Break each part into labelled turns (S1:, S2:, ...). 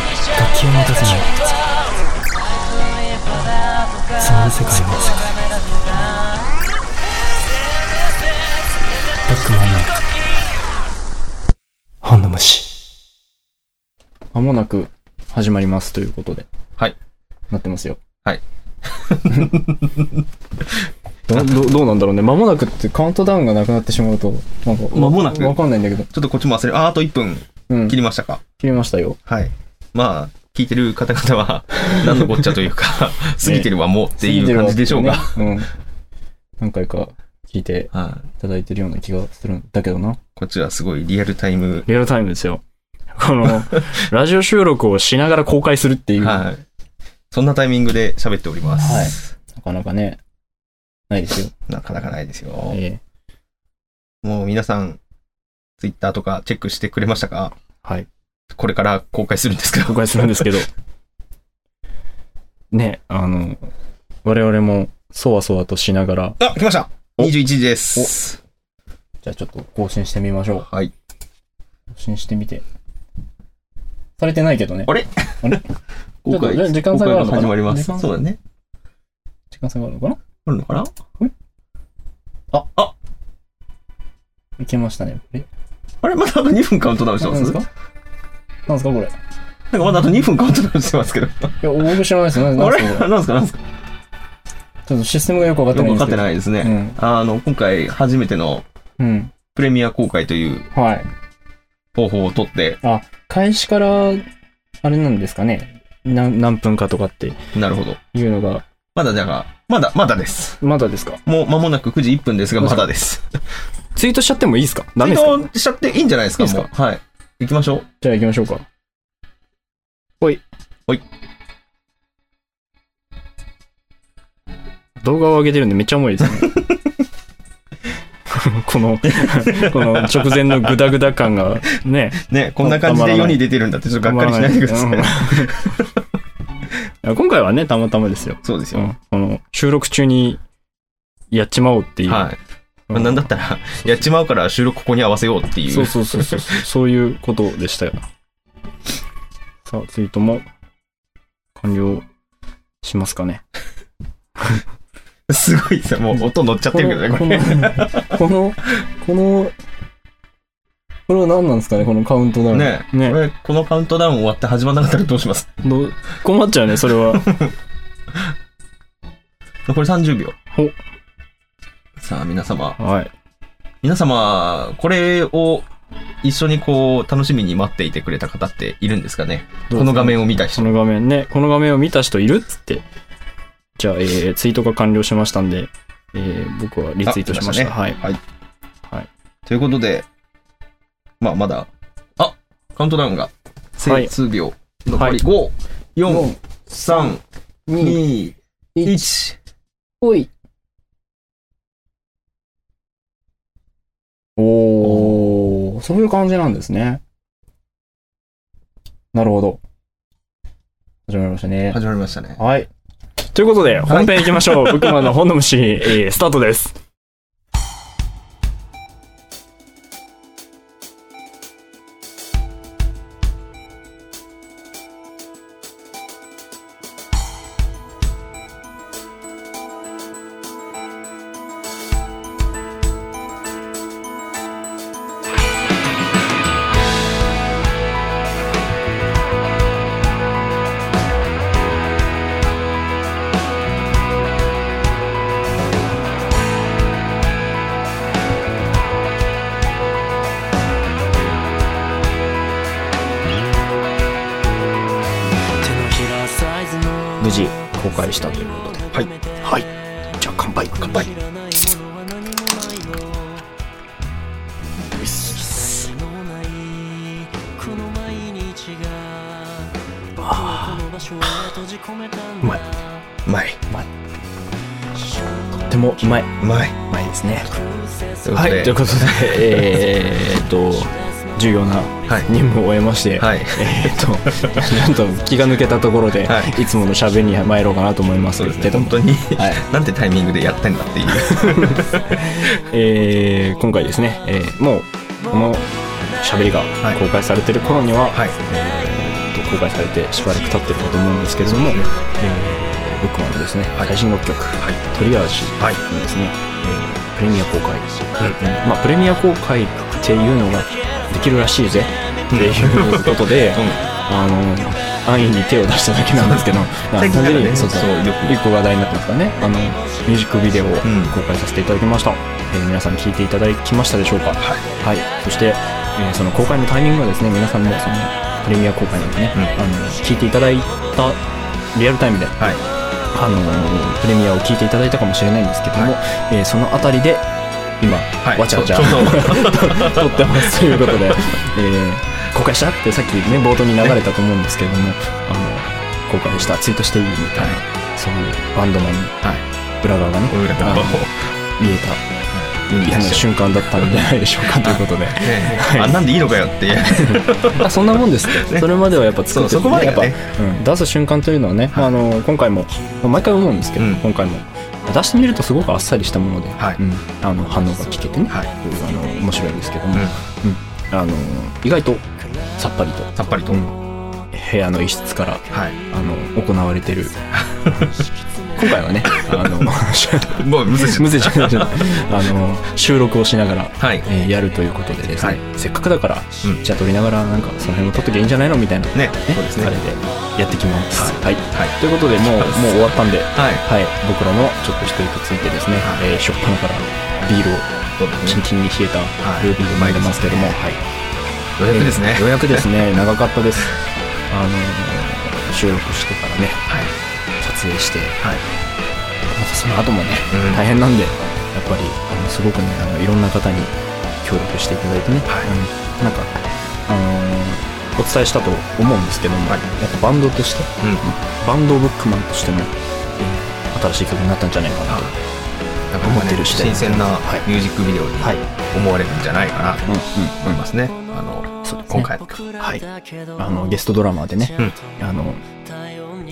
S1: を持たせないそんな世界をバックマンの本の虫
S2: まもなく始まりますということで。
S3: はい。
S2: なってますよ。
S3: はい。
S2: どどどうなんだろうね。まもなくってカウントダウンがなくなってしまうと、なんか、
S1: 間もなく
S2: わかんないんだけど。
S3: ちょっとこっちも忘れ、あ、あと1分
S2: うん。
S3: 切
S2: 切
S3: りましたか。
S2: りましたよ。
S3: はい。まあ、聞いてる方々 は、何のこっちゃというか、過ぎてるわ、もうっていう感じでしょうが。
S2: 過ぎてるわってね。うん。何回か聞いて
S3: は
S2: い
S3: い。
S2: ただいてるような気がするんだけどな。
S3: こっちはすごいリアルタイム。
S1: リアルタイムで すよこのラジオ収録をしながら公開するっていう、
S3: はい。そんなタイミングで喋っております。
S2: なかなかね、ないですよ。
S3: なかなかないですよ。
S1: ええ
S3: もう皆さん、ツイッターとかチェックしてくれましたか
S1: はい
S3: これから公開するんですけど
S1: 公。開するんですけどねあの我々もそわそわとしながら
S3: あ、来ました
S2: お
S3: !21 時です。
S2: じゃあちょっと更新してみましょう。
S3: はい。
S2: 更新してみて。されてないけどね
S3: あ。れ
S2: あれ
S3: 公開
S2: ちょっと時間差があるのかな
S3: 公開始まりま
S2: 時間
S3: す。そうだね。
S2: 時間差があるのかな
S3: あるのかな
S2: え
S3: あ、あ、
S2: いけましたね。え
S3: あれまだあと2分カウントダウンして
S2: 何
S3: ます
S2: ですか
S3: なん
S2: 何です
S3: か
S2: かこれ。い
S3: まだあと2分カウントダウンしてますけど。
S2: や、僕知らないですよ。
S3: あ
S2: 何で
S3: れ
S2: すかこれ。
S3: なんですかなんですか
S2: ちょっとシステムがよくわかって
S3: よく
S2: ないん
S3: わ
S2: ですけ
S3: かって
S2: ど。
S3: ないですね。
S2: うん。
S3: あの、今回初めての
S2: うん。
S3: プレミア公開という
S2: はい。
S3: 方法を取って、
S2: 開始から、あれなんですかね。
S1: 何何分かとかって
S3: なるほど。
S2: いうのが、
S3: まだだから、まだ、まだです。
S1: まだですか
S3: もう間もなく9時1分ですが、まだです。
S1: ツイートしちゃってもいいですかダ
S3: ツイ
S1: メですか
S3: ートしちゃっていいんじゃないですか
S1: いいですか
S3: もう。はい。行きましょう。
S2: じゃあ行きましょうか。
S1: 動画を上げてるんでめっちゃ重いです ね。この、この直前のグダグダ感がね、
S3: ね、こんな感じで世に出てるんだって、ちょっとがっかりしないでください。
S1: うん今回はね、たまたまですよ。
S3: そうです
S1: う
S3: よ。
S1: んこの収録中にやっちまおうっていう。
S3: はい。ま
S1: う
S3: あ
S1: ん
S3: なんだったら、やっちまうから収録ここに合わせようってい
S1: そう
S3: う。
S1: そうそうそう。そういうことでしたよ。さあ、ツイートも完了しますかね。
S3: すごいですよ。もう音乗っちゃってるけどね、これ。
S2: この、この、この、これは何なんですかねこのカウントダウン。。
S3: ね
S1: ね
S3: これ、このカウントダウン終わって始まらなかったらどうします
S1: どう困っちゃうね、それは。
S3: 残り30秒。
S1: ほ
S3: さあ、皆様。
S1: はい。
S3: 皆様、これを一緒にこう、楽しみに待っていてくれた方っているんですかねこの画面を見た
S1: こ
S3: 人。
S1: の画面ね、この画面を見た人いるっつって。じゃあ、えーツイートが完了しましたんで、えー僕はリツイートしまし
S3: あ
S1: た。
S3: 来
S1: はい。
S3: はい。
S1: はい。
S3: ということで、まあ、まだ、あカウントダウンが、
S1: はい
S3: 数秒。残
S1: はい
S3: り5、4、
S2: 4、
S3: 3、
S2: 2、
S3: 2、
S2: 1、
S3: 1。
S2: おい。おー、そういう感じなんですね。なるほど。始まりましたね。
S3: 始まりましたね。
S2: はい。
S1: ということで、本編行きまし ょう。ブックマンの本の虫、えースタートです。無事、公開したということで。
S3: はい。
S1: はい。じゃあ、乾杯。乾杯。うまい。
S3: うまい。
S1: とってもうまい。
S3: うまい。
S1: うまいですね。
S3: ということ
S1: はい。
S3: で
S1: ということで、えーっと、重要な
S3: はい
S1: 任務を 終えまして、
S3: はい。
S1: えーっと、ちょっと気が抜けたところで、、
S3: はい
S1: つもの喋りに参ろうかなと思います
S3: そうです
S1: け
S3: ね。
S1: ど
S3: 本
S1: も、
S3: 当に、
S1: はい
S3: なんてタイミングでやってんだって いう。
S1: えー今回ですね、えーもう、この喋りが公開されてる頃には、
S3: はい。
S2: と公開されてしばらく経ってるかと思うんですけれども、えー、ロックマンのですね、最新6曲、トリアージのですね、えープレミア公開、まあ、プレミア公開っていうのができるらしいぜっていうことで、あの安易に手を出しただけなんですけど
S3: 最近だからね
S2: 単純にそうそう
S3: そうよく
S2: 一個話題になってますからねあのミュージックビデオを公開させていただきました、えー皆さん聞いていただきましたでしょうかはい、そして、えーその公開のタイミングはですね皆さんもそのプレミア公開なんでね、
S3: うん
S2: あの聞いていただいたリアルタイムで
S3: はい。
S2: あのープレミアを聞いていただいたかもしれないんですけども、えーそのあたりで今、
S3: はい。
S2: わちゃわちゃ
S3: ち ょちょうど
S2: 撮ってますということで、えー公開したってさっきね冒頭に流れたと思うんですけれどもあの公開したツイートしていいみたいな、そういうバンドマンの
S3: はい
S2: 裏側がね、
S3: こういう裏側を
S2: あの見え
S3: いいん
S2: たあの
S3: ですよ
S2: 瞬間だったんじゃないでしょうかということ で
S3: ねあんなんでいいのかよっていう。
S2: あそんなもんです って、それまではやっぱ作って
S3: そうそこまで
S2: やっ
S3: が
S2: ぱ、
S3: ね
S2: うん出す瞬間というのはね、まあ、あの今回も、まあ毎回思うんですけど、
S3: うん
S2: 今回も出してみるとすごくあっさりしたもので、
S3: はい
S2: うんあの反応が聞けてね、
S3: はい
S2: あの面白いんですけども、
S3: うん
S2: あの意外とさっぱりと
S3: さっぱりと。
S2: う
S3: は
S2: ん部屋の一室から
S3: い。
S2: あの行われてる今回は ねあの
S3: もう無視し
S2: むずいじゃないじゃないあの収録をしながら、
S3: はい。
S2: えーやるということでですね、
S3: はい
S2: せっかくだから、
S3: うん
S2: じゃあ撮りながらなんかその辺も撮っときゃいいんじゃないのみたいな、
S3: ね。そうですね。
S2: あ
S3: は
S2: れ
S3: い。
S2: でやってきます、はい
S3: はい
S2: ということでもうもう終わったんで、
S3: は
S2: は
S3: い。
S2: い、僕らのちょっと一人とついてですね、
S3: はい
S2: えー、しょっぱなからビールを
S3: そうで
S2: キ
S3: す
S2: ン
S3: ね。
S2: キンに冷えた
S3: はい
S2: ルービーで参りますけども、はい
S3: 予約です ね。
S2: ようやくですね長かったですあのー収録してからね
S3: はい。
S2: 撮影して
S3: はい。
S2: またその後もね、
S3: うん
S2: 大変なんでやっぱりあのすごくねあのいろんな方に協力していただいてね、
S3: はい
S2: あのなんか、あのーお伝えしたと思うんですけども、
S3: はい
S2: やっぱバンドとして
S3: うん。
S2: バンドブックマンとしても、えー新しい曲になったんじゃないかな
S3: あ
S2: と
S3: なんかね
S2: 思ってる次第
S3: 新鮮なミュージックビデオに
S2: はい
S3: 思われるんじゃないかなと
S2: うんうん
S3: 思いますね。あの、
S2: そうですね
S3: 今回の曲。
S2: はいあのゲストドラマーでね、
S3: うん
S2: あの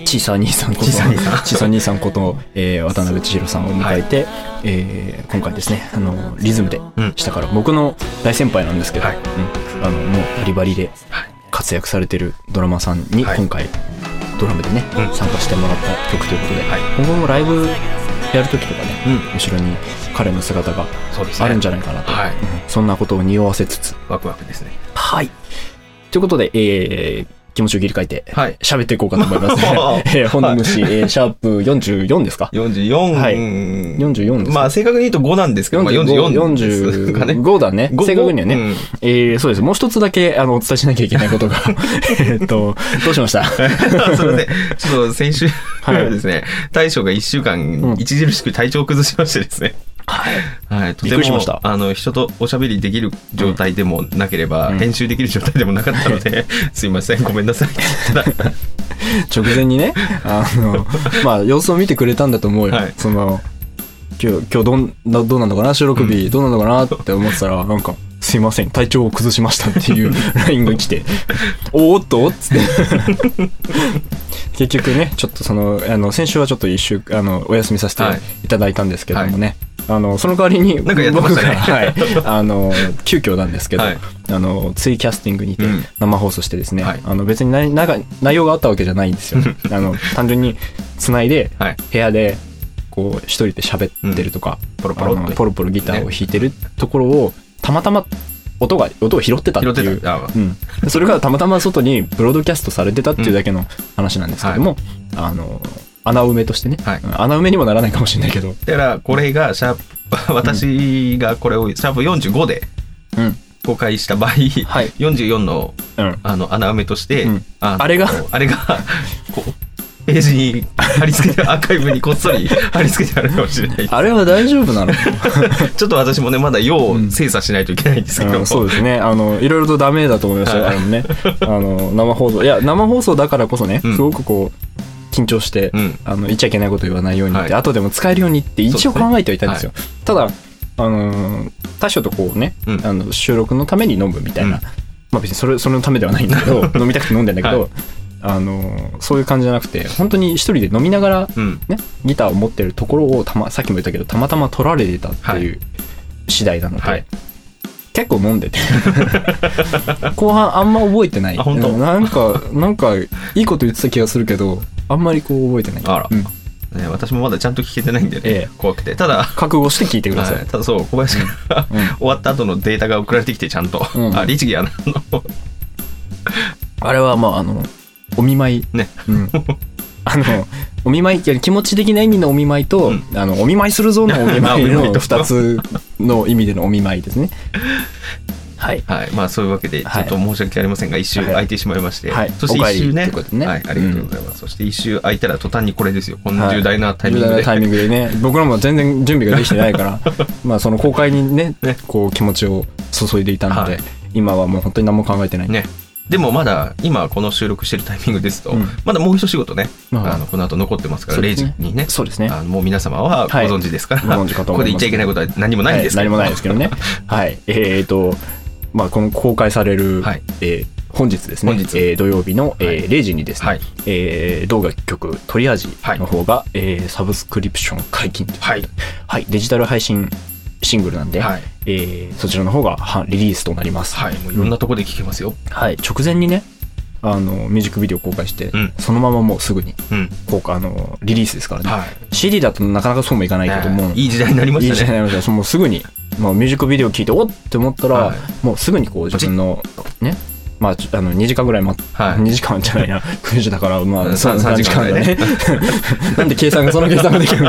S2: 小さ兄さんこと
S3: 小さい兄さん
S2: 小さい兄さんこと、えー渡辺千尋さんを迎えて、えー今回ですねあのリズムで
S3: うん
S2: したから、僕の大先輩なんですけど、
S3: はい
S2: うんあのもうバリバリで
S3: はい
S2: 活躍されてるドラマーさんに
S3: はい
S2: 今回、ドラムでね、
S3: うん
S2: 参加してもらった曲ということで、
S3: はい
S2: 今後もライブやるときとかね、
S3: うん
S2: 後ろに彼の姿が
S3: そうですね。
S2: あるんじゃないかなと、
S3: はい
S2: うんそんなことを匂わせつつ
S3: ワクワクですね。
S2: はい。ということで、えー、気持ちを切り替えて、
S3: はい。
S2: 喋っていこうかと思います、ね えー、本の主、えー、シャープ44ですか
S3: 44、
S2: はい44ですね
S3: まあ正確に言うと5なんですけど、まあ、44ですかね。
S2: 45だね。
S3: ご
S2: 正確にはね。
S3: うん
S2: えー、そうです。もう一つだけ、あの、お伝えしなきゃいけない ことが。えーっと、どうしました
S3: すいません。 ちょっと先週
S2: はい
S3: ですね、大将が1週間
S2: ん
S3: 著しく体調を崩しましてですね。はい。と
S2: び
S3: ても
S2: っくりしました
S3: あの、人とおしゃべりできる状態でもなければ、編集できる状態でもなかった ので、すいません、ごめんなさいって言ったら。
S2: 直前 にね、あの、まあ、様子を見てくれたんだと思うよ。
S3: はい
S2: その、今日、今日どんな、どうなのかな収録日、どうなのかなって思ってたら、なんか、すいません、体調を崩しましたって いう LINE が来て、おーっとっつって。 結局ね、ちょっとその、あの、先週はちょっと一週、あの、お休みさせて
S3: はい
S2: いただいたんですけどもね、あの、その代わりに、
S3: なんかやってまし
S2: 僕
S3: た
S2: が、
S3: ね
S2: はい、あの、急遽なんですけど、
S3: はい
S2: あの、ツイキャスティングにて
S3: うん
S2: 生放送してですね、
S3: はい
S2: あの別に内内内容があったわけじゃないん ですよ。あの単純に繋いで
S3: はい。
S2: 部屋でこう一人で喋ってるとか、
S3: ポロポ
S2: あ
S3: ロ
S2: の
S3: っ
S2: ポ
S3: と。
S2: ロポロギターを弾いてるところをたまたま音が音を拾ってたって
S3: 拾っ
S2: い
S3: て
S2: う。
S3: た。あ
S2: うん、それがたまたま外にブロードキャストされてたっていうだけの話なんですけども、あの穴埋めとしてね、
S3: はい
S2: うん穴埋めにもならないかもしれないけど、
S3: だから、これが、シャープ、私がこれを、シャープ45で
S2: うん
S3: 公開した場合、
S2: はい
S3: 44の
S2: うん、
S3: あの、穴埋めとして、
S2: うん
S3: あの
S2: あれが
S3: あれが、こう、ページに貼り付けて、アーカイブにこっそり 貼り付けてあるかもしれない。
S2: あれは大丈夫なの
S3: ちょっと私もね、まだ要を精査しないといけないんですけど、
S2: うんそうですね。あの、いろいろとダメだと思いましたよ。あ
S3: は
S2: のね、あの、生放送。いや、生放送だからこそね、
S3: うん
S2: すごくこう、緊張して、
S3: うん
S2: あの、言っちゃいけないこと言わないようにって、
S3: はい
S2: 後でも使えるようにって一応
S3: そうですね
S2: 考えてはいたんですよ。ただ、あのー、大将とこうね、
S3: うん
S2: あの収録のために飲むみたいな。
S3: うん
S2: まあ別にそれ、それのためではないんだ けど、飲みたくて飲んでんだけど、
S3: は
S2: あのーそういう感じじゃなくて、本当に一人で飲みながら、
S3: うん。
S2: ね、ギターを持ってるところをた、ま、さっきも言ったけどたまたま取られてたっていう次第なので、
S3: はい
S2: 結構飲んで て後半あんま覚えてない
S3: あ本当
S2: うんなんかなんかいいこと言ってた気がするけどあんまりこう覚えてない
S3: あら
S2: うん
S3: ね、私もまだちゃんと聞けてないんでね、
S2: ええ
S3: 怖くて。ただ、
S2: 覚悟して聞いてください、
S3: はいただそう、小林から、
S2: うん
S3: 終わった後のデータが送られてきて、ちゃんと。
S2: うん
S3: あ、律儀やな。あの
S2: あれはまああのお見舞い
S3: ね
S2: うん あのお見舞いって気持ち的な意味のお見舞いと、
S3: うん
S2: あのお見舞いするぞのお見
S3: あお
S2: 舞い
S3: 見舞い
S2: の
S3: と
S2: 2つの意味でのお見舞い ですねはい
S3: はい、まあそういうわけで、ちょ
S2: はい
S3: っと申し訳ありませんが、一周
S2: はい
S3: 空いてしまいまして、
S2: はい
S3: そして
S2: お帰
S3: 一
S2: り
S3: 周ね
S2: ということでね
S3: はい、ありがとうございます。そして一周空いたら途端にこれですよ、この
S2: はい
S3: 重大なタイミン
S2: 重
S3: グ
S2: 大
S3: で。
S2: なタイミングでね僕らも全然準備ができてないから まあその公開にね
S3: ね
S2: こう気持ちを注いでいたので、
S3: はい
S2: 今はもう本当に何も考えてない、
S3: ね。でもまだ、今この収録してるタイミングですと、
S2: うん
S3: まだもう一仕事ね、
S2: まあ
S3: あのこの後残ってますから、
S2: そう
S3: 0
S2: です
S3: 時
S2: ね
S3: にね、
S2: そうですね
S3: あのもう皆様はご
S2: はい
S3: 存知ですから、
S2: ご存知かと
S3: こ
S2: 思
S3: こで
S2: い
S3: 言っ
S2: ま
S3: ち
S2: す
S3: ゃいけないことは何もないんですけ
S2: はい、何
S3: ど、
S2: もないですけど ねはいえー、とまあこの公開される、
S3: はい
S2: えー本日ですね
S3: 本日
S2: えー土曜日の、え
S3: はい
S2: ー0時にですね、
S3: はい
S2: えー動画曲「トリアージ」の方が、えーサブスクリプション解禁という
S3: はい。
S2: はい、デジタル配信シングルなんで、
S3: はい。
S2: えーそちらの方がはリリースとなります、
S3: はい。もういろんなとこで聞けますよ。
S2: はい、直前にねあのミュージックビデオ公開して、
S3: うん
S2: そのままもうすぐに
S3: うん。
S2: 効果あのリリースですからね、
S3: は。
S2: CD だとなかなかそうもいかないいけども、
S3: ねいい時代になりま
S2: いい
S3: し
S2: 時代
S3: た
S2: に
S3: ね。
S2: なりましたもうすぐに、まあ、ミュージックビデオ聞いておっって思ったら、
S3: はい
S2: もうすぐにこう自分のねまあ、ちょあの2時間ぐらい待っ
S3: はい
S2: 2時間じゃないな9時だからま
S3: う
S2: あ
S3: ん
S2: 3
S3: さん
S2: 時間だね なんで計算がその計算がで きる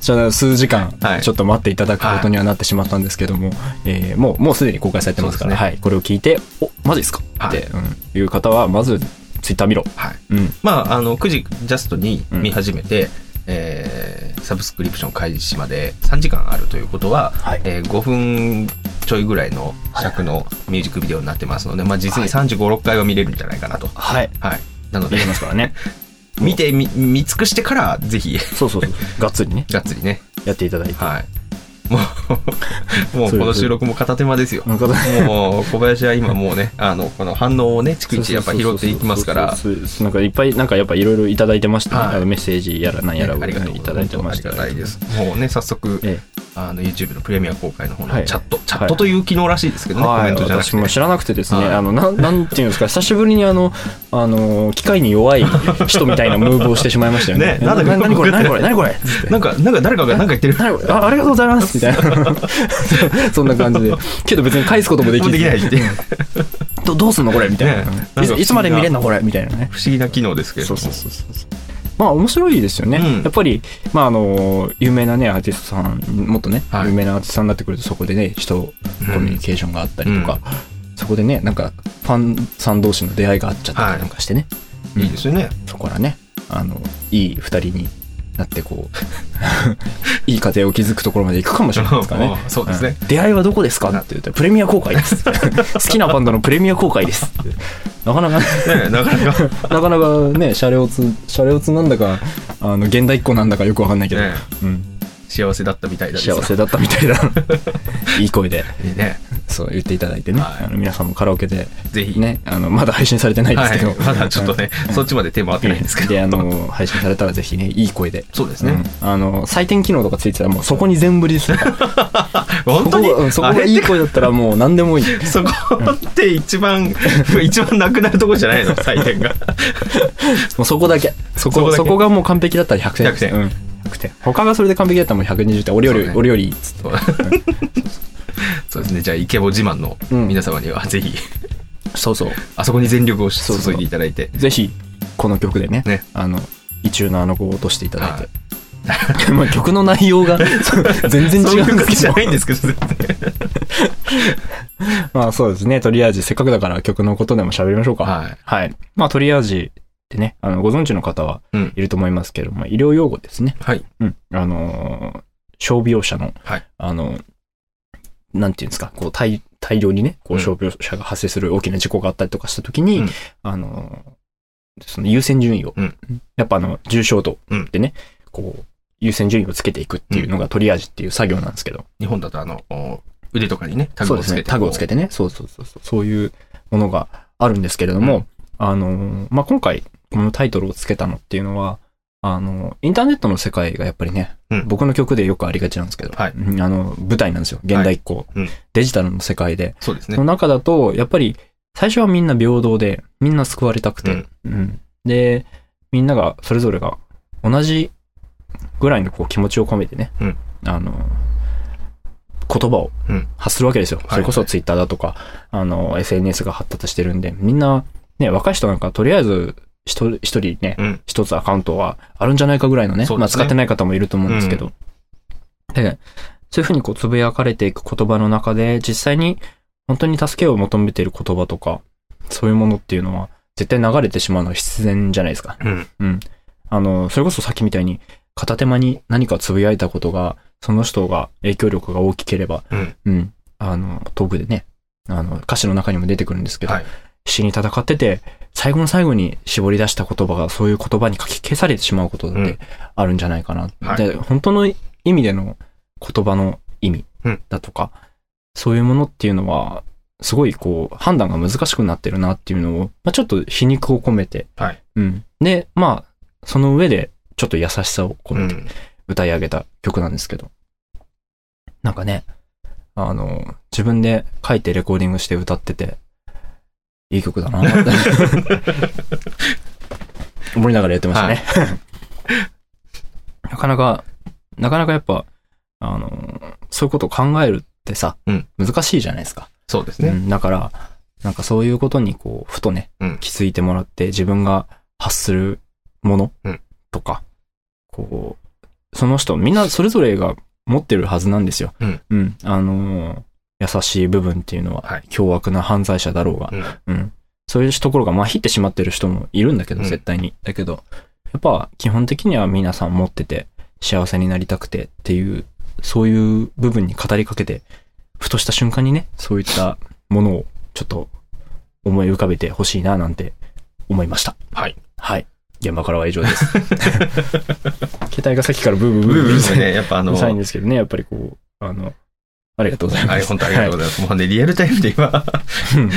S2: じゃあ数時間
S3: はい
S2: ちょっと待っていただくことにはなってしまったんですけども、えーもうもうすでに公開されてますから
S3: そう
S2: はい、これを聞いて「おマジですか?」っ
S3: は
S2: て、
S3: い
S2: いうん、いう方はまずツイッター見ろ、
S3: はい。
S2: うん、
S3: まあ、あの、9時ジャストに
S2: うん
S3: 見始めて、えーサブスクリプション開始まで3時間あるということは、
S2: はい
S3: えー5分ちょいぐらいの尺のミュージックビデオになってますので、まあ、実に35、6回は見れるんじゃないかなと。
S2: はい
S3: はい。なので
S2: 見れ、ますからね
S3: 見てみ見尽くしてから、ぜひ、
S2: そうそうそうがっつりね
S3: がっつりね。
S2: やっていただいて
S3: はい。も う、もう
S2: そう
S3: こ
S2: で
S3: の
S2: す
S3: 収録も片手間ですよ。
S2: の方
S3: もう、小林は今もうね、あの、この反応をね、逐一やっぱ拾っていきますから、
S2: そうそうそうそうなんかいっぱいなんかやっぱいろいろいただいてましたね、
S3: はい
S2: あのメッセージやらなんやらを
S3: ねありがとう
S2: いただいてました
S3: 本当にありがたいです。もうね、早速、
S2: え
S3: あの YouTube のプレミア公開の方
S2: は
S3: の
S2: い
S3: チャット、チャットという機能らしいですけどね、コ
S2: は
S3: メ
S2: い
S3: ントじゃなく
S2: 私も
S3: て。
S2: 知らなくてですね、
S3: はい
S2: あのなんなんていうんですか久しぶりにあのあの機械に弱い人みたいなムーブをしてしまいましたよね
S3: ねなんだか
S2: な何これ何これ何これ
S3: なんか、なんか誰かがなんか言ってる。
S2: 何これあありがとうございますみたいな そそんな感じでけど別に返すこともでき
S3: もう
S2: ず
S3: できないっ ていう。
S2: どどうすんのこれみたいな,、
S3: ねなんか
S2: いついつまで見れんのこれみたいなね
S3: 不思議な機能ですけれど
S2: そう
S3: も。
S2: そうそうそうそうまあ面白いですよね、
S3: うん
S2: やっぱり、まあ、あの有名なねアーティストさんもっとね、
S3: はい
S2: 有名なアーティストさんになってくるとそこでね人コミュニケーションがあったりとか、そこでねなんかファンさん同士の出会いがあっちゃったりなんかしてね、
S3: いいですよ ね。
S2: そこからねあのいい二人になってこう いい家庭を築くところまで行くかもしれないですからね
S3: あ そうですね
S2: ん出会いはどこですかって言ったらプレミア公開です 好きなバンドのプレミア公開ですってなかなかね
S3: ねなかなか。
S2: なかなかね、シャレオツ、シャレオツなんだか、あの、現代っ子なんだかよくわかんないけど、
S3: ね
S2: うん、
S3: 幸せだったみたいだです
S2: 幸せだったみたいだ。 いい声で、
S3: ね。
S2: そう言っていただいてね、
S3: はい
S2: あの皆さんもカラオケで、
S3: ぜひ。
S2: ね、あの、まだ配信されてないです
S3: は
S2: け
S3: い
S2: ど、。
S3: まだちょっとね、そっちまで手回っ
S2: う
S3: て
S2: ん、
S3: ないんですけど。
S2: で、あの、配信されたらぜひね、いい声で。
S3: そうですね。
S2: うんあの、採点機能とかついてたらもうそこに全振りでするから。
S3: 本当に
S2: そこがうんそこ
S3: あ
S2: が
S3: れ
S2: いい声だったらもう何でもいい。
S3: そこって一番、 一番なくなるとこじゃない の、採点が。
S2: もうそこだけ。そ
S3: そこ
S2: こ、
S3: だけ
S2: そこがもう完璧だったら100点。
S3: 100点
S2: うん。100点。他がそれで完璧だったらもう120点。俺より、
S3: そうね
S2: 俺よりいいっつって。
S3: そう そうですね。じゃあ、イケボ自慢の皆様には、ぜひ、
S2: そうそう。
S3: あそこに全力を
S2: そうそ
S3: 注
S2: う
S3: いでいただいて。
S2: ぜひこの曲でね
S3: ね
S2: あの一応のあの子を落としていただいて、 まあ曲の内容がそう全然
S3: そう
S2: 違
S3: いううん
S2: です
S3: 感
S2: け
S3: じじゃ
S2: ど
S3: ないんですけど、全然
S2: まあそうですねとりあえずせっかくだから曲のことでも喋りましょうか
S3: はい
S2: まあとりあえずってねあのご存知の方は
S3: うん
S2: いると思いますけれども、医療用語ですね
S3: はい。
S2: うんあの傷病者の、
S3: はい
S2: あのなんていうんですかこう大大量にねこう
S3: う
S2: ん傷病者が発生する大きな事故があったりとかした時に、
S3: うん
S2: あのその優先順位を、
S3: うん
S2: やっぱあの重症度でね、こう優先順位をつけていくっていうのがトリアージっていう作業なんですけど、
S3: 日本だと、あの、お腕とかにね、タグ
S2: そう
S3: を
S2: で
S3: つ
S2: す
S3: け
S2: ね
S3: て。
S2: タグをつけてねそうそうそうそうそういうものがあるんですけれども、あのまあ今回このタイトルをつけたのっていうのはあの、インターネットの世界がやっぱりね、
S3: うん
S2: 僕の曲でよくありがちなんですけど、
S3: はい
S2: うんあの、舞台なんですよ。現代以降、
S3: うん
S2: デジタルの世界で。
S3: そうです
S2: その
S3: ね。
S2: 中だと、やっぱり、最初はみんな平等で、みんな救われたくて、
S3: うん
S2: うんで、みんなが、それぞれが、同じぐらいのこう気持ちを込めてね、
S3: うん
S2: あの、言葉を
S3: うん
S2: 発するわけですよ。
S3: いはい
S2: それこそツイッターだとか、あの、SNS が発達してるんで、みんな、ね、若い人なんかとりあえず、一人一人ね、
S3: うん。
S2: 一つアカウントはあるんじゃないかぐらいのね、
S3: そうですね
S2: まあ使ってない方もいると思うんですけど。で、そういうふうにこうつぶやかれていく言葉の中で、実際に本当に助けを求めている言葉とか、そういうものっていうのは絶対流れてしまうのは必然じゃないですか。
S3: うん。
S2: あの、それこそさっきみたいに片手間に何かつぶやいたことが、その人が影響力が大きければ、
S3: うん
S2: あの、トークでね、あの、歌詞の中にも出てくるんですけど、
S3: はい
S2: 死に戦ってて、最後の最後に絞り出した言葉がそういう言葉に書き消されてしまうことだっ
S3: う
S2: てあるんじゃないかな。
S3: はい
S2: で、本当の意味での言葉の意味
S3: うん
S2: だとか、そういうものっていうのは、すごいこう、判断が難しくなってるなっていうのを、まあ、ちょっと皮肉を込めて、
S3: はい
S2: うん。で、まあ、その上で、ちょっと優しさを込
S3: う
S2: めて
S3: ん。
S2: 歌い上げた曲なんですけど、なんかね、あの、自分で書いてレコーディングして歌ってて、いい曲だなって 思いながらやってましたね。なかなか、なかなかやっぱ、あの、そういうことを考えるってさ、
S3: うん
S2: 難しいじゃないですか。
S3: そうです
S2: う
S3: ね。
S2: んだから、なんかそういうことにこう、ふとね、
S3: うん
S2: 気づいてもらって、自分が発するもの
S3: うん
S2: とか、こう、その人、みんなそれぞれが持ってるはずなんですよ。
S3: うん
S2: あのー優しい部分っていうのは、
S3: はい
S2: 凶悪な犯罪者だろうが、
S3: う
S2: う
S3: ん
S2: ん。そういうところがまひってしまってる人もいるんだけど、
S3: うん
S2: 絶対に。だけど、やっぱ基本的には皆さん持ってて、幸せになりたくてっていう、そういう部分に語りかけて、ふとした瞬間にね、そういったものをちょっと思い浮かべてほしいななんて思いました。
S3: はい。
S2: はい。現場からは以上です。携帯がさっきからブーブーブー
S3: ブー
S2: ブ
S3: ブ
S2: ーうる
S3: ー
S2: さ
S3: で
S2: い
S3: ね、やっぱあ
S2: う
S3: の、
S2: るさいん
S3: は
S2: ですけどね、やっぱりこう、あの、ありがとうございます。
S3: い、本当ありがとうご
S2: ざい
S3: ざいます。もうね、リアルタイムで今、
S2: うん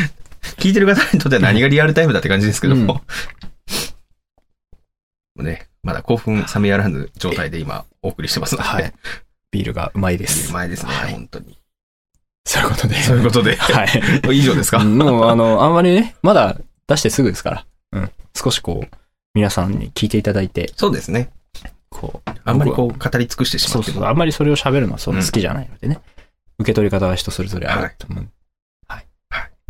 S3: 聞いてる方にとっては何がリアルタイムだって感じですけども。
S2: うん
S3: もうね、まだ興奮冷めやらぬ状態で今、お送りしてますので、
S2: はい。はい。ビールがうまいで
S3: いい
S2: す。
S3: 前ですね、
S2: はい
S3: 本当に。
S2: そういうことで。
S3: そういうこ とで、
S2: はい。
S3: 以上ですか、
S2: うんもう、あの、あんまりね、まだ出してすぐですから。うん。少しこう、皆さんに聞いていただいて、
S3: そうですね。
S2: こう、
S3: あんまりこう、語り尽くしてし
S2: そ
S3: ま
S2: う
S3: っても
S2: そう、あんまりそれを喋るのはそんな好きじゃないのでね。受け取り方は人それぞれあると思う。
S3: はい、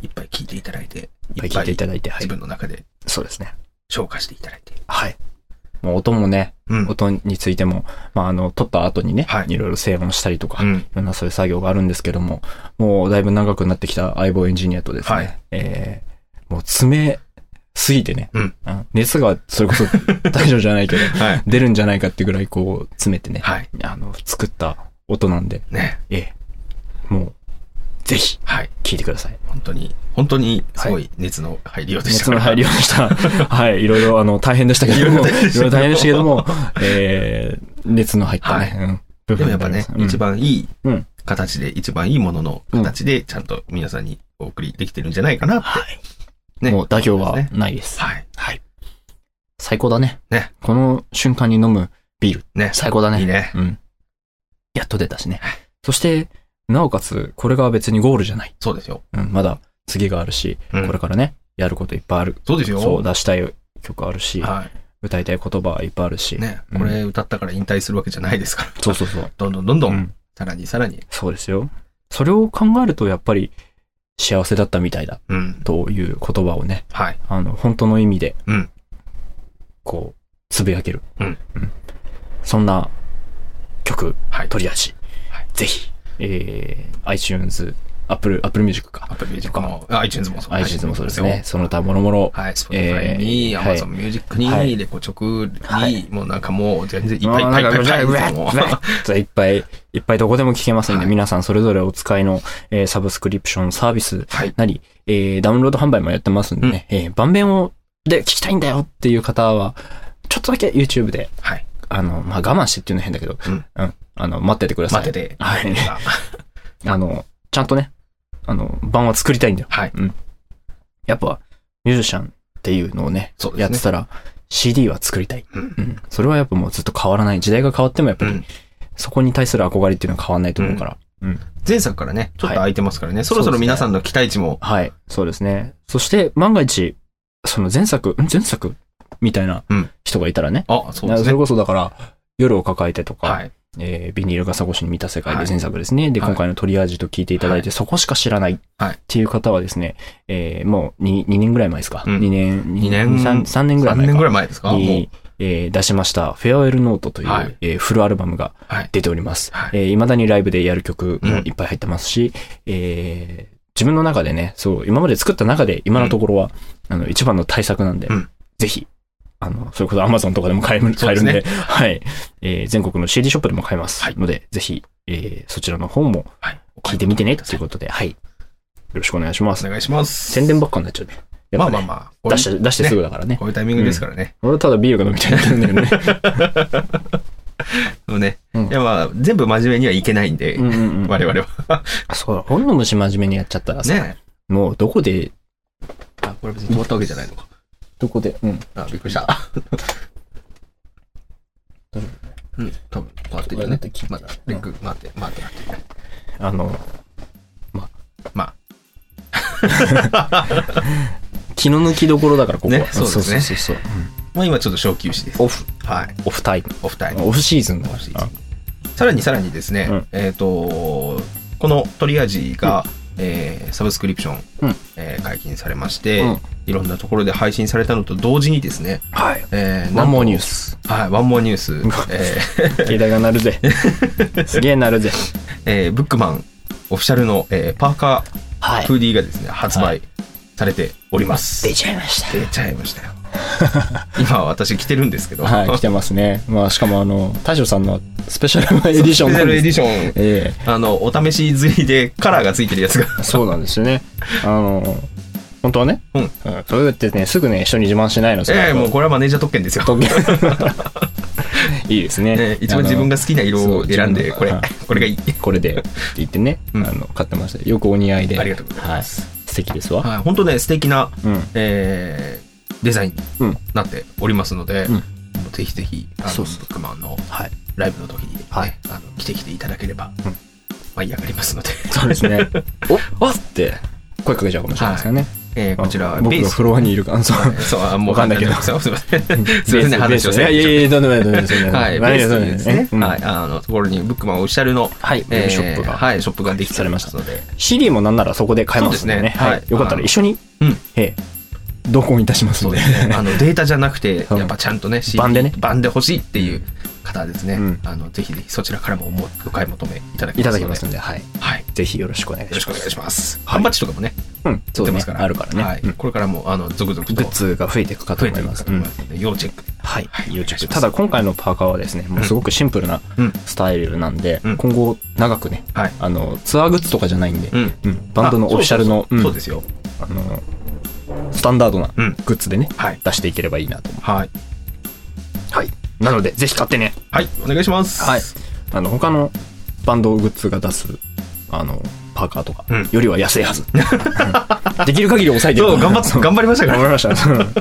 S3: いっぱい聞いていただいて、
S2: いっぱい聞いていただいて、はい
S3: 自。分の中で
S2: そうですね。
S3: 消化していただいて。
S2: はい。もう音もね、
S3: うん。
S2: 音についても、まあ、あの、撮った後にね、
S3: はい
S2: いろいろ静音したりとか、
S3: う
S2: い
S3: ん、
S2: ろんなそういう作業があるんですけども、もうだいぶ長くなってきた相棒エンジニアとですね、
S3: はい
S2: えー、もう爪すぎてね、
S3: うん
S2: 熱がそれこそ大丈夫じゃないけど、
S3: はい。
S2: 出るんじゃないかってぐらいこう詰めてね、
S3: はい。
S2: あの、作った音なんで、
S3: ね。
S2: ええ、もう、ぜひ、
S3: はい。
S2: 聞いてください。
S3: 本当に、本当に、すごい熱の入りようでし
S2: 熱
S3: た
S2: の入りを した。はい、いろいろ、あの、大変でしたけども、い
S3: いろいろ大変でした
S2: ろい
S3: けど
S2: ろ大変でしたけども、えー、熱の入ったね、うん、部
S3: で
S2: 分
S3: も
S2: に
S3: や
S2: な
S3: っぱ
S2: りま
S3: ね
S2: す、
S3: 一番いい
S2: うん
S3: 形で、一番いいものの形で、ちゃんと皆さんにお送りできてるんじゃないかなって。
S2: うん
S3: ね
S2: もう妥協
S3: そう
S2: は
S3: ですね
S2: ないです。
S3: はい。
S2: はい。最高だね。
S3: ね。
S2: この瞬間に飲むビール、
S3: ね。
S2: 最高だ
S3: いい
S2: ね。
S3: ね。
S2: うん。やっと出たしね。そして、なおかつ、これが別にゴールじゃない。
S3: そうですよ。
S2: うん、まだ次があるし、
S3: うん
S2: これからね、やることいっぱいある。
S3: そうですよ。
S2: そう、出したい曲あるし、
S3: は
S2: 歌いたい言葉いっぱいあるし。
S3: い。ね。
S2: うん
S3: これ歌ったから引退するわけじゃないですから。
S2: そうそうそう。
S3: どんどんどんど、
S2: うんん。
S3: さらにさらに。
S2: そうですよ。それを考えると、やっぱり、幸せだったみたいだ、
S3: うん。
S2: という言葉をね、
S3: はい。
S2: あの、本当の意味で、
S3: うん
S2: こう、つぶやける。
S3: うん
S2: そんな曲、
S3: はい。
S2: 取り出し、
S3: はい
S2: ぜひ、えー、iTunes、Apple、Apple Music か。
S3: アップルミュージックも、あ iTunes もそう。
S2: iTunes もそうですね。。その他諸々
S3: はい。スポ
S2: えー
S3: Spotify に、
S2: はい
S3: Amazon Music
S2: は
S3: に、
S2: い
S3: レコ直
S2: はい
S3: に、もうなんかもう全然いっ
S2: も
S3: ぱ
S2: う
S3: いいっ
S2: な
S3: ぱ
S2: ん
S3: い
S2: か
S3: いっぱいいっぱ
S2: うわ
S3: いもう
S2: うわうわいっぱいいっぱいどこでも聞けますんで、
S3: はい
S2: 皆さんそれぞれお使いの、えーサブスクリプションサービス
S3: はい
S2: なり、えーダウンロード販売もやってますんでね、えー盤面をで聞きたいんだよっていう方は、ちょっとだけ YouTube で、
S3: はい
S2: あの、まあ、我慢してっていうのは変だけど、
S3: うん
S2: あの、待っててください。
S3: 待って て。
S2: はい。あの、ちゃんとね、あの、版は作りたいんだよ。
S3: はい。
S2: やっぱ、ミュージシャンっていうのをね、
S3: そうですね
S2: やってたら、 CD は作りたい。
S3: うん
S2: うん。それはやっぱもうずっと変わらない。時代が変わってもやっぱ
S3: う
S2: り
S3: ん、
S2: そこに対する憧れっていうのは変わらないと思うから。
S3: 前作からね、ちょっと空いてますからね、そろそろ皆さんの期待値も、
S2: はい。そうですね。そして、万が一、その前作、ん前作みたいな
S3: うん
S2: 人がいたらね。
S3: あ、そう
S2: な
S3: です
S2: それ
S3: ね。
S2: こそだから、夜を抱えてとか、
S3: はい。
S2: えービニール傘越しに見た世界
S3: は
S2: で
S3: い
S2: 前作ですね。で、
S3: はい
S2: 今回のトリアージュと聞いていただいて、そこしか知らないっ
S3: はい
S2: ていう方はですね、えーもう 2, 2年ぐらい前ですか。
S3: うん
S2: 2年、
S3: 二年
S2: 3, 年ぐらい
S3: 3
S2: 前か
S3: 年ぐらい前ですかもう
S2: に、えー出しました、フェアウェルノートという、
S3: はい
S2: えーフルアルバムが
S3: はい
S2: 出ております。
S3: は
S2: い
S3: い
S2: えー未だにライブでやる曲も
S3: うん
S2: いっぱい入ってますし、えー自分の中でね、そう、今まで作った中で、今のところは、あの、一番の対策なんで、
S3: うん
S2: ぜひ、あの、それこそ Amazon とかでも買える
S3: そう
S2: 買える
S3: です
S2: んで、
S3: ね
S2: はい、えー全国の CD ショップでも買えます
S3: はい
S2: ので、ぜひ、えーそちらの方も
S3: はい。
S2: 聞いてみてね、ということで、はい。よろしくお願いしま
S3: お
S2: す。
S3: 願いします。
S2: 宣伝ばっかになっちゃうね。やっ
S3: ま
S2: ぱ
S3: あ
S2: ね
S3: まあまあ。
S2: 出して、出してすぐだからね。
S3: こういうタイミングですからね。
S2: 俺はただビールが飲みたいになってるんだよね。
S3: でもね。
S2: うん
S3: いやまあ、全部真面目にはいけないんで、
S2: うんうんうん
S3: 我々は。
S2: そうだ、本の虫真面目にやっちゃったらさ、
S3: ね。
S2: もうどこで、
S3: あ、これ別に止まったわけじゃないのか。
S2: どこで、うん。
S3: あ、びっくりした。うん、多分、回ってるよね。まだ、リンク、回って、回って、回って。
S2: あの、
S3: ま
S2: 気の抜きどころだから、ここは。
S3: ねそうですね
S2: そうそうそう
S3: あ、もう今ちょっと小休止です。
S2: オフ、
S3: はい。
S2: オフタイム。
S3: お二人。
S2: オフシーズンだ。
S3: オフシーズンさらにさらにですね、
S2: うん
S3: えっ、と、このトリアージが、えーサブスクリプション、
S2: うん
S3: えー解禁されまして、
S2: うん
S3: いろんなところで配信されたのと同時にですね、
S2: はい。
S3: え
S2: ワンモーニュー
S3: ス。
S2: ス。
S3: はい、ワンモアニュース。えー
S2: 携帯が鳴るぜ。すげえ鳴るぜ。
S3: えーブックマンオフィシャルの、えーパーカ
S2: は
S3: ーフーディーがですね、発
S2: は
S3: 売されております。
S2: ちゃいまし
S3: 出ちゃいましたよ。 今私着てるんですけど、
S2: はい、来てますね。まあ、しかもあの、大将さんのスペシャルエディション
S3: スペ
S2: な
S3: シャ
S2: ん
S3: ルエ
S2: で
S3: ディ
S2: す。
S3: ション、
S2: え
S3: あの、お試し釣りでカラーがついてるやつが。
S2: え、 そうなんですよね。あの、本当はね、
S3: うん
S2: うん。それってね、すぐね、人に自慢しないのさ。
S3: ええもうこれはマネージャー特権ですよ。
S2: 特権いいですね。
S3: ね、一番自分が好きな色を選んで、
S2: そう
S3: これ
S2: はい、
S3: これがいい。
S2: あのこれでって言ってね、
S3: うん
S2: あの買ってましたよくお似合いで
S3: ありがとうございます。
S2: はい、素敵ですわ、
S3: はい、本当ね、素敵な、
S2: うん
S3: えーデザイン
S2: うん
S3: になっておりますので、
S2: うん
S3: もうぜひぜひ、あの
S2: そうそう
S3: ブックマンの
S2: はい
S3: ライブの時にね、
S2: はい
S3: あの来てきていただければ
S2: うん、
S3: 舞い上がりますので、
S2: そうです ねおっって声かけちゃうかもしれないですからね、
S3: えーこちら
S2: あ
S3: は
S2: 僕
S3: ベー
S2: が
S3: ス。
S2: フロアにいるからそう
S3: そう、あもう
S2: わかんないけど
S3: すいません。す いません、すいません
S2: ベー
S3: 話
S2: ス
S3: を
S2: いやいやいやどんでもないどんでもないそんな
S3: はい、ベ
S2: ない
S3: ー
S2: です
S3: ス
S2: そ
S3: と
S2: ん
S3: い
S2: ない
S3: うですね、
S2: うん
S3: はい、あの、ところにブックマンオフィシャルの、
S2: はい
S3: えー
S2: ショップが
S3: はい、ショップができておりますので、
S2: CD もなんならそこで買えますんでね
S3: そうですね
S2: は
S3: はい
S2: い、よかったら一緒に、
S3: うん
S2: ええ同行いたします
S3: そ
S2: の
S3: う
S2: で
S3: ですね。あの、データじゃなくて、
S2: うん
S3: やっぱちゃんとね、CD
S2: 版でね
S3: 版で欲しいっていう方はですね、
S2: うん
S3: あの、ぜひぜひそちらからもおもお買い求めいただけ
S2: い
S3: ま
S2: ただ
S3: すので。
S2: きますんで、はい、
S3: はい。よ
S2: ぜひよろしくお願いし
S3: ろ
S2: ま
S3: し
S2: す
S3: くお願いします。
S2: はい
S3: ハンバッチとかもね、
S2: うんそう
S3: 売っ
S2: ね
S3: てますから。
S2: あるからね、
S3: はい。
S2: うん
S3: これからも、あの、続々と
S2: グッズが増えていくかと
S3: 増え
S2: 思い
S3: ていく
S2: ま
S3: か
S2: す
S3: と思いますので、要チェック。
S2: はい
S3: はい、
S2: 要チェッ
S3: お願いしま
S2: ク
S3: す
S2: ただ今回のパーカーはですね、もうすごくシンプルな
S3: うん
S2: スタイルなんで、
S3: うん
S2: 今後長くね、
S3: はい
S2: あのツアーグッズとかじゃないんで、
S3: うん。
S2: うんバンドのオフィシャルの
S3: あそう
S2: うん
S3: そうそうそうですよ。
S2: あのスタンダードな
S3: うん
S2: グッズでね、
S3: はい。
S2: 出していければいいなと思
S3: はい。
S2: う。はい、なので、ぜひ買ってね、
S3: はい。お願いします。
S2: はい、あの他のバンドグッズが出すあのパーカーとか
S3: うん
S2: よりは安い はず。うんできる限り抑えて
S3: そう、頑張っ
S2: そ
S3: て、
S2: う
S3: 頑張りましたか
S2: 頑
S3: ら。
S2: 張りました。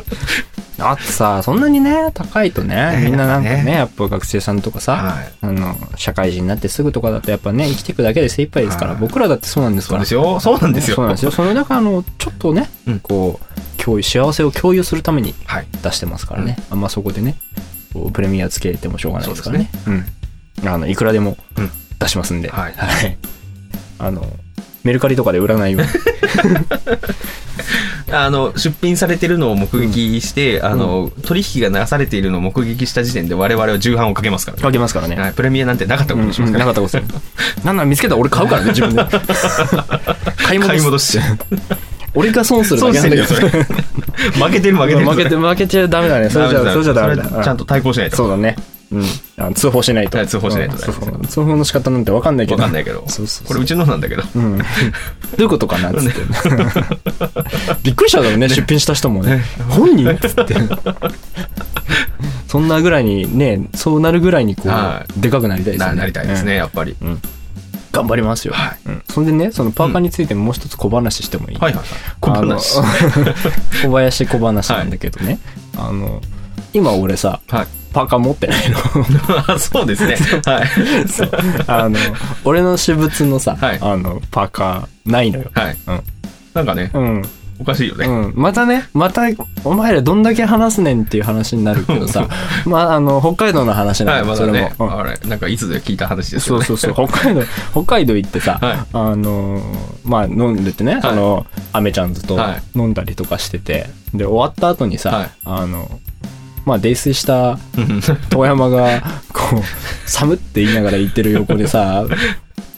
S2: だってさ、そんなにね、高いとね
S3: ね、
S2: みんななんか
S3: やっぱ
S2: ね、
S3: ね
S2: やっぱ学生さんとかさ、
S3: はい。
S2: あの、社会人になってすぐとかだとやっぱね、生きていくだけで精一杯ですから、
S3: はい
S2: 僕らだってそうなんですか
S3: そう
S2: ら。
S3: ですよ。そうなんですよ。
S2: そうなんですよ。その中、あの、ちょっとね、
S3: うん
S2: こう、共有、幸せを共有するために
S3: はい。
S2: 出してますからね。あんまそこでね、こうプレミアつけてもしょうがないですからね。うん。あの、いくらでも
S3: うん
S2: 出しますんで。
S3: はい
S2: はい。あの、メルカリとかで売らないように。
S3: あの出品されてるのを目撃して、あの取引がなされているのを目撃した時点で我々は重版をかけますから、
S2: かけますからね。
S3: はい、プレミアなんてなかったことにしま
S2: う
S3: す
S2: ん
S3: か
S2: な
S3: ら、
S2: かったことですよ なんなら見つけたら俺買うからね、自分で。 買い戻す。
S3: 買い戻し
S2: 俺が損するだ
S3: 損
S2: け
S3: して
S2: なん
S3: る
S2: だ
S3: よ
S2: け
S3: そ
S2: ど
S3: れ。負けてる負けて る
S2: 負けて、負けちゃダメだね。それじゃ、それじゃダメだ。
S3: ちゃんと対抗しない
S2: うん
S3: と
S2: そうだね。うん。あの通報しない
S3: は
S2: と。
S3: い通報しないと
S2: うんそうそう通報の仕方なんてわかんないけ
S3: 分
S2: ど。
S3: かんないけど
S2: そうそうそう
S3: これうちのなんだけど
S2: うん。どういうことかなっつ って。びっくりしちゃうだろうね、出品した人もね。本人っつって。そんなぐらいにね、そうなるぐらいにこ
S3: は
S2: う、でかくなりたいです
S3: な
S2: ね。
S3: なりたいですねやっぱり、
S2: うん。頑張りますよ。
S3: はい
S2: うんそんでね、そのパーカーについてもう一つ小話してもいい
S3: はいはいはい小話
S2: あの小林小話なんだけどね、あの今俺さ、
S3: はい
S2: パーカー持って ないの。
S3: あそうですね。はい。
S2: そうあの、俺の私物のさ、
S3: はい
S2: あの、パーカーないのよ。
S3: はい。
S2: うん
S3: なんかね、
S2: うん。
S3: おかしいよね。
S2: うん。またね、また、お前らどんだけ話すねんっていう話になるけど さ、まあ、あの、北海道の話
S3: は、
S2: ないの、
S3: ま
S2: それ
S3: だね
S2: も。、うん
S3: あれ、なんかいつで聞いた話です
S2: そ
S3: よ
S2: う
S3: ね。
S2: そうそう、北海 道、北海道行ってさ、
S3: はい
S2: あのーまあ飲んでてね、
S3: い
S2: あの、アメちゃんずと
S3: は
S2: 飲んだりとかしてて、で、終わった後にさ、
S3: はい
S2: あの、まあ、泥酔した
S3: うん
S2: 遠山が、こう、寒って言いながら言ってる横で さ、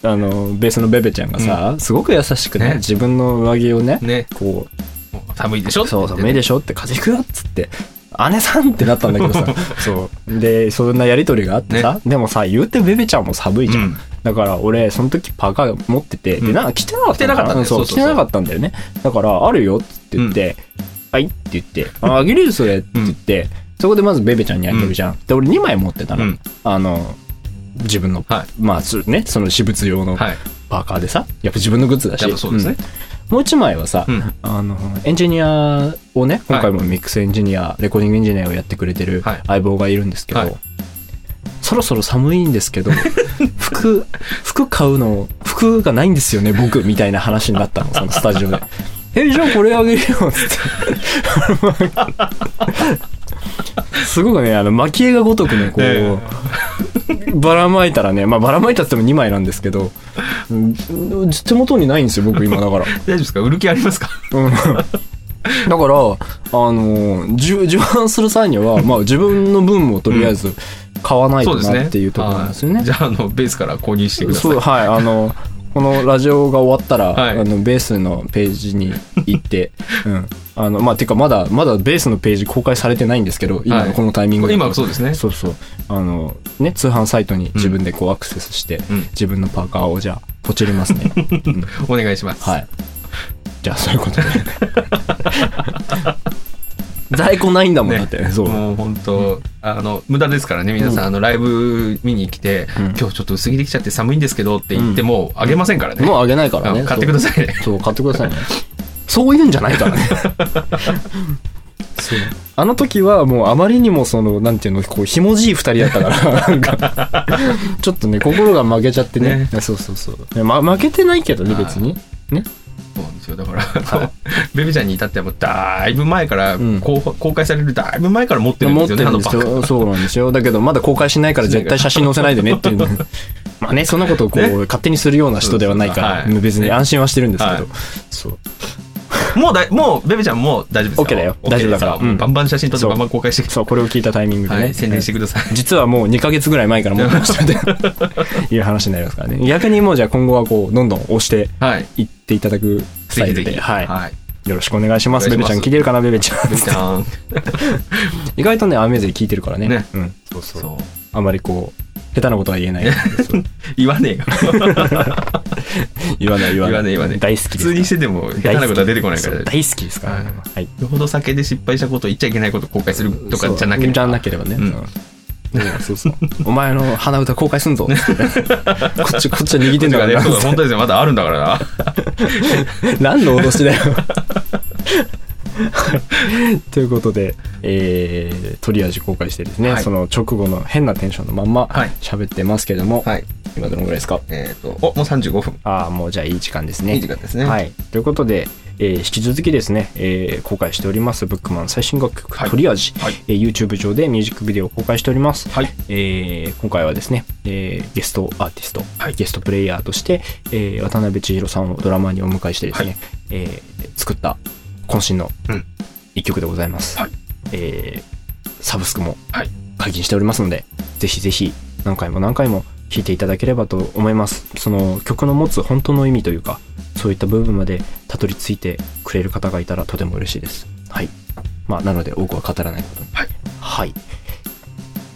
S2: あの、ベースのベベちゃんがさ、すごく優しくね、
S3: ね
S2: 自分の上着をね、
S3: ね、
S2: こ
S3: もう寒いでしょ
S2: う、そうそう、
S3: って言
S2: 目
S3: って
S2: でしょって風邪ひくよっつって、姉さんってなったんだけど さ、そう。で、そんなやりとりがあってさ、でもさ、言うてベベちゃんも寒いじゃん。
S3: うん
S2: だから俺、その時パーカー持ってて、
S3: う
S2: で、
S3: ん
S2: なんか着てなかったのうん
S3: 着てなかったんだよ
S2: そ、
S3: そうう
S2: 着
S3: そう
S2: て
S3: そう
S2: なかったんだよね。だから、あるよって言って、はいって言って、ああげるよそれって言って、そこでまずベベちゃんにあげるじゃん。で、俺2枚持ってた
S3: う
S2: の
S3: ん。
S2: あの、自分の、
S3: は
S2: まあ、するね、その私物用の
S3: い。はい。
S2: パーカーでさ、やっぱ自分のグッズだし
S3: やっぱ、そうですね。
S2: うんもう1枚はさ
S3: う、ん。
S2: あの、エンジニアをね、今回もミックスエンジニア、レコーディングエンジニアをやってくれてる
S3: はい
S2: 相棒がいるんですけど、
S3: はい
S2: そろそろ寒いんです けど、服、服買うの、服がないんですよね、僕、みたいな話になったの、そのスタ ジオで。え、じゃあこれあげるよ、つって。すごくね、あの、蒔絵がごとくね、こ
S3: え
S2: う、ばらまいたらね、まあ、ばらまいたって言っても2枚なんですけど、うん手元にないんですよ、僕今だから。
S3: 大丈夫ですか売る気ありますか
S2: うんだから、あのー、じゅ自販する際には、まあ自分の分もとりあえず買わない
S3: そ
S2: と
S3: うです
S2: な
S3: ね。
S2: っていうところなんですよね。
S3: はいじゃあ、あの、ベースから購入してくださ
S2: そう、
S3: い。
S2: はい、あの、このラジオが終わったら、
S3: はい
S2: あの、ベースのページに行 って、うん。あの、まあ、てかまだ、まだベースのページ公開されてないんですけど、今
S3: は
S2: の
S3: い
S2: このタイミングで。
S3: 今、そうですね。
S2: そうそう。あの、ね、通販サイトに自分でこうアクセスして、
S3: うん
S2: 自分のパーカーをじゃあ、ポチります ね。うん
S3: お願いします。
S2: はい。じゃあ、そういうことで。 在庫ないんだもん、
S3: ね
S2: だって。そう。
S3: もう本当、あの無駄ですからね皆さん、あのライブ見に来て、今日ちょっと薄着できちゃって寒いんですけどって言ってもあげませんからね、
S2: もうあげないからね。
S3: 買ってくださいね
S2: そう。そう、買ってくださいね。そういうんじゃないからね。そう。あの時はもうあまりにもその、なんていうの、こう、ひもじい二人だったから、なんか、 ちょっとね、心が負けちゃってね。そうそうそう、ねま。負けてないけどね、別に。ね。
S3: そうなんですよだから、ベビちゃんに至ってはもうだいぶ前から、
S2: ん
S3: こう公開されるだいぶ前から持ってるん
S2: 持
S3: で
S2: っ
S3: す
S2: て
S3: よね
S2: るんです
S3: あのバッグ
S2: よ。そうなんですよ。だけど、まだ公開しないから絶対写真載せないでね っていうの。まあね、そんなことをこう、
S3: ね
S2: 勝手にするような人ではないから、
S3: はい
S2: 別に安心はしてるんですけど。
S3: はい
S2: そう。
S3: もうだいもうベビちゃんもう大丈夫です
S2: OK
S3: よ
S2: だよ
S3: OK
S2: 大丈夫だから
S3: ですよ
S2: うん
S3: バンバン写真撮って
S2: そう
S3: バンバン公開してくだ
S2: そう、これを聞いたタイミングでね。
S3: さい、はい、宣伝してください、
S2: 実はもう2ヶ月ぐらい前から持ってましたみ たいないう話になりますからね。逆にもうじゃあ今後はこう、どんどん押して
S3: はい
S2: いっていただくス
S3: ぜ
S2: タイ
S3: ひ
S2: ル
S3: ぜ
S2: で。
S3: ひ
S2: は
S3: はい
S2: い。よろしくお願いします。
S3: お
S2: ベ
S3: 願
S2: ベ
S3: いしま
S2: ち
S3: す
S2: ゃん聞いてるかな、ベベちゃん。
S3: ベビちゃん
S2: 意外とね、アメーゼ聞いてるからね。
S3: ね
S2: うん。そうそう。
S3: そう
S2: あまりこう、下手なことは言えない。そう
S3: 言わねえよ
S2: 言わ ない言わない。
S3: 言わない言わない
S2: 大好きですから
S3: 普通にしてても下手なことは出てこないから
S2: そう大好きですから、ね、はい。
S3: よほど酒で失敗したこと言っちゃいけないことを公開するとかじゃなければ。
S2: ね。
S3: うん
S2: うんそうそう。お前の鼻歌公開すん ぞ。つってねこっち、こっちは握ってんだか
S3: ね、
S2: ら
S3: そう
S2: な。
S3: 本当ですよ。まだあるんだから な。
S2: 何の脅しだよ。ということで、えー、トリアージ公開してですね、
S3: はい
S2: その直後の変なテンションのまんま
S3: はい
S2: 喋ってますけども、
S3: はい。
S2: 今どのぐらいですか
S3: えっ、と、お、もう35分。
S2: ああ、もうじゃあいい時間ですね。
S3: いい時間ですね。
S2: はい。ということで、えー引き続きですね、えー公開しております、ブックマン最新楽曲、
S3: はい
S2: トリアージ、
S3: はい
S2: えー YouTube 上でミュージックビデオを公開しております。
S3: はい
S2: えー今回はですね、えーゲストアーティスト、
S3: はい
S2: ゲストプレイヤーとして、えー渡辺千尋さんをドラマーにお迎えしてですね、えー作った渾身の
S3: うん
S2: 一曲でございます。
S3: はい
S2: えーサブスクも
S3: はい
S2: 解禁しておりますので、ぜひぜひ何回も何回も聴いていただければと思います。その曲の持つ本当の意味というか、そういった部分までたどり着いてくれる方がいたらとても嬉しいです。はい。まあ、なので多くは語らないことに。
S3: はい。
S2: はい。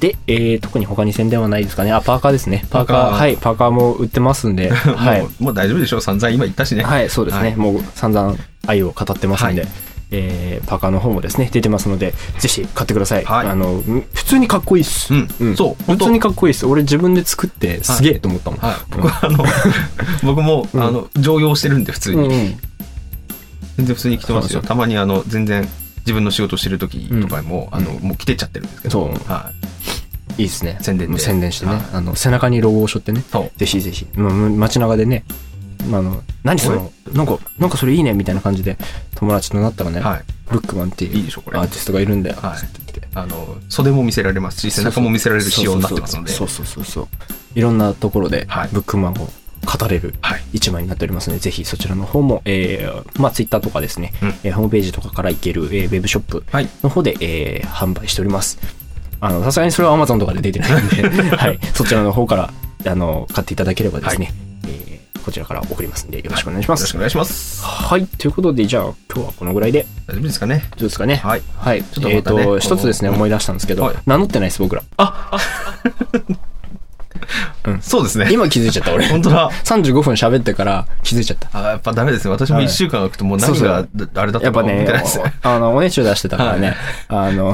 S2: で、えー、特に他に宣伝はないですかね。あ、パーカーですね。パーカー、
S3: パーカー
S2: はい、パーカーも売ってますんで、は
S3: も
S2: い。
S3: うもう大丈夫でしょう。散々今言ったしね。
S2: はい、そうですね。
S3: はい
S2: もう散々愛を語ってますんで。えーパーカーの方もですね出てますのでぜひ買ってください、
S3: はい
S2: あのん普通にかっこいいっす、
S3: うん。
S2: うん
S3: そう、
S2: 普
S3: 本
S2: 通
S3: 当
S2: に。かっこいいです俺自分で作ってすげえと思ったもん、
S3: はい。僕は、あの、 僕も、
S2: うん
S3: あの、常用してるんで、普通
S2: うん
S3: に。
S2: うん
S3: 全然普通に着てます
S2: そう
S3: よ。
S2: そ
S3: たまに、あの、全然、自分の仕事してる時とかも、あの、もう来てっちゃってるんですけど。
S2: そう
S3: はい
S2: いですね。
S3: 宣伝で
S2: もう宣伝してね
S3: はい。
S2: あの、背中にロゴを背負ってね。
S3: い。そう。
S2: ぜひぜひ。まあ、む街中でね。まあ、あの、何その、なんか、なんかそれいいねみたいな感じで、友達となったらね、
S3: は
S2: ブックマンって
S3: い。いい
S2: いう
S3: でしょ、これ
S2: アー。ティストがいるんだよ。
S3: はい
S2: つって言って
S3: あの、袖も見せられますし、背中も見せられる仕様になってますので。
S2: そうそうそうそう。いろんなところで
S3: はい、
S2: ブックマンを語れる
S3: はい
S2: 一枚になっておりますので、ぜひそちらの方も、えー、まあ、ツイッターとかですね、
S3: うん
S2: えーホームページとかから行ける、えーウェブショップ
S3: はい
S2: の方で、えー販売しております。あの、さすがにそれは Amazon とかで出てないん で、はい、そちらの方から、あの、買っていただければですね、えーこちらから送りますんで、よろしくお願いしま
S3: よろし
S2: す。
S3: くお願いします。
S2: はい、ということで、じゃあ、今日はこのぐらいで、
S3: 大丈夫ですかね。
S2: どうですかね。
S3: はい。
S2: はい。
S3: ょっと
S2: え
S3: ま
S2: っ、
S3: たね
S2: と、一つですね、
S3: この
S2: 思い出したんですけど、
S3: はい
S2: 名乗ってないです、僕ら。
S3: そうですね。
S2: 今気づいちゃった、俺。
S3: 本当だ。
S2: 35分喋ってから気づいちゃった。
S3: あやっぱダメですね。私も
S2: はい
S3: 一週間空くともう
S2: そう
S3: 何
S2: そう
S3: がだあれだっ
S2: や
S3: た
S2: っぱ
S3: のか見
S2: ね
S3: てないですね。、
S2: あの、おねちゅ出してたからね、あ の、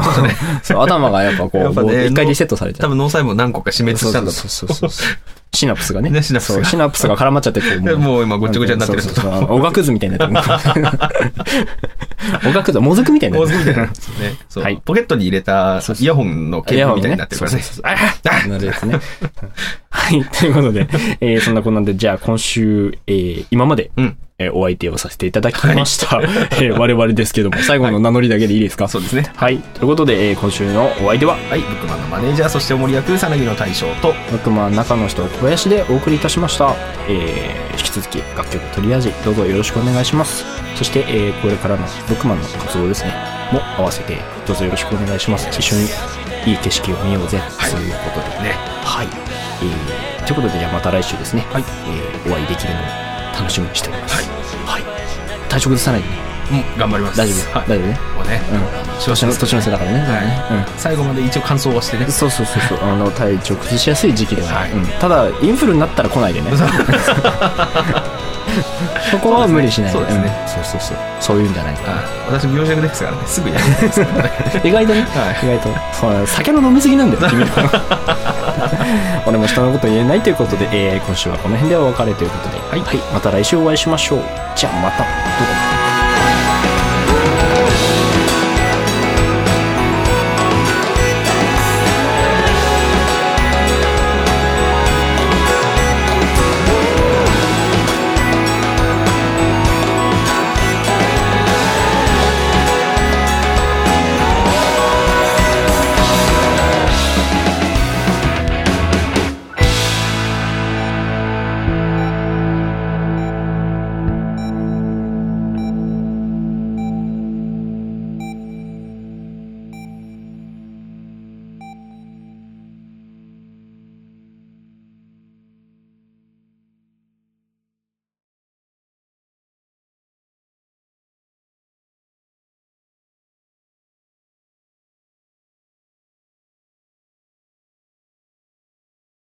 S2: そう、頭がやっぱこ
S3: や
S2: う、
S3: っぱ
S2: ぼ
S3: ね
S2: ー一回リセットされちゃ
S3: 多
S2: う。
S3: 分脳細胞何個か死滅したんだと。
S2: そうそうそうそう。シナプスがね。
S3: ねシナプスが
S2: そうシナプスが絡まっちゃってこう、
S3: で もう今ごっちゃごちゃになってる
S2: そうそうそうあのおがくずみたいになってる。おがくず、もずくみ たいにな
S3: 大
S2: って
S3: 津
S2: る
S3: みたいな。そうね。そ。
S2: はいう
S3: ポケットに入れたイヤホンのケープみたいになってるからね。
S2: そうそうそうああなるやつね。はい。ということで、えーそんなこんなんで、じゃあ今週、えー今まで、
S3: うん
S2: えーお相手をさせていただきました。 えー我々ですけども、最後の名乗りだけでいいですか、
S3: そうですね。
S2: はい。ということで、えー今週のお相手は、
S3: はい。ブックマンのマネージャー、そしてお森役、さなぎの大将と、
S2: 僕も中の人を小林でお送りいたしました。えー引き続き楽曲取り味、どうぞよろしくお願いします。そして、えーこれからのブックマンの活動ですね、も合わせてどうぞよろしくお願いします。一緒にいい景色を見ようぜ、ということで
S3: ね。
S2: はい。えーということで、じゃあまた来週ですね、
S3: はい
S2: えーお会いできるのを楽しみにしております。はい。体調崩さないでね。
S3: うん、頑張ります。
S2: 大丈夫、
S3: はい。
S2: 大丈夫ね。
S3: もうね。
S2: うん。
S3: 承
S2: 年
S3: 知
S2: の、
S3: です
S2: 年の瀬だからね。
S3: はい
S2: うん。
S3: 最後まで一応感想はしてね。
S2: そうそうそうそうあの体調崩しやすい時期では、
S3: はい
S2: うん、ただインフルになったら来ないでね そこは無理しない
S3: そうですね
S2: んそうそうそうそういうんじゃないか
S3: あ私、病弱ですからね。すぐやるんですからね。
S2: な意外とね、
S3: はい
S2: 意外とそう酒の飲みすぎなんだよ 君は俺も人のこと言えないということで、えー今週はこの辺でお別れということで、はいまた来週お会いしましょうじゃあまたどうも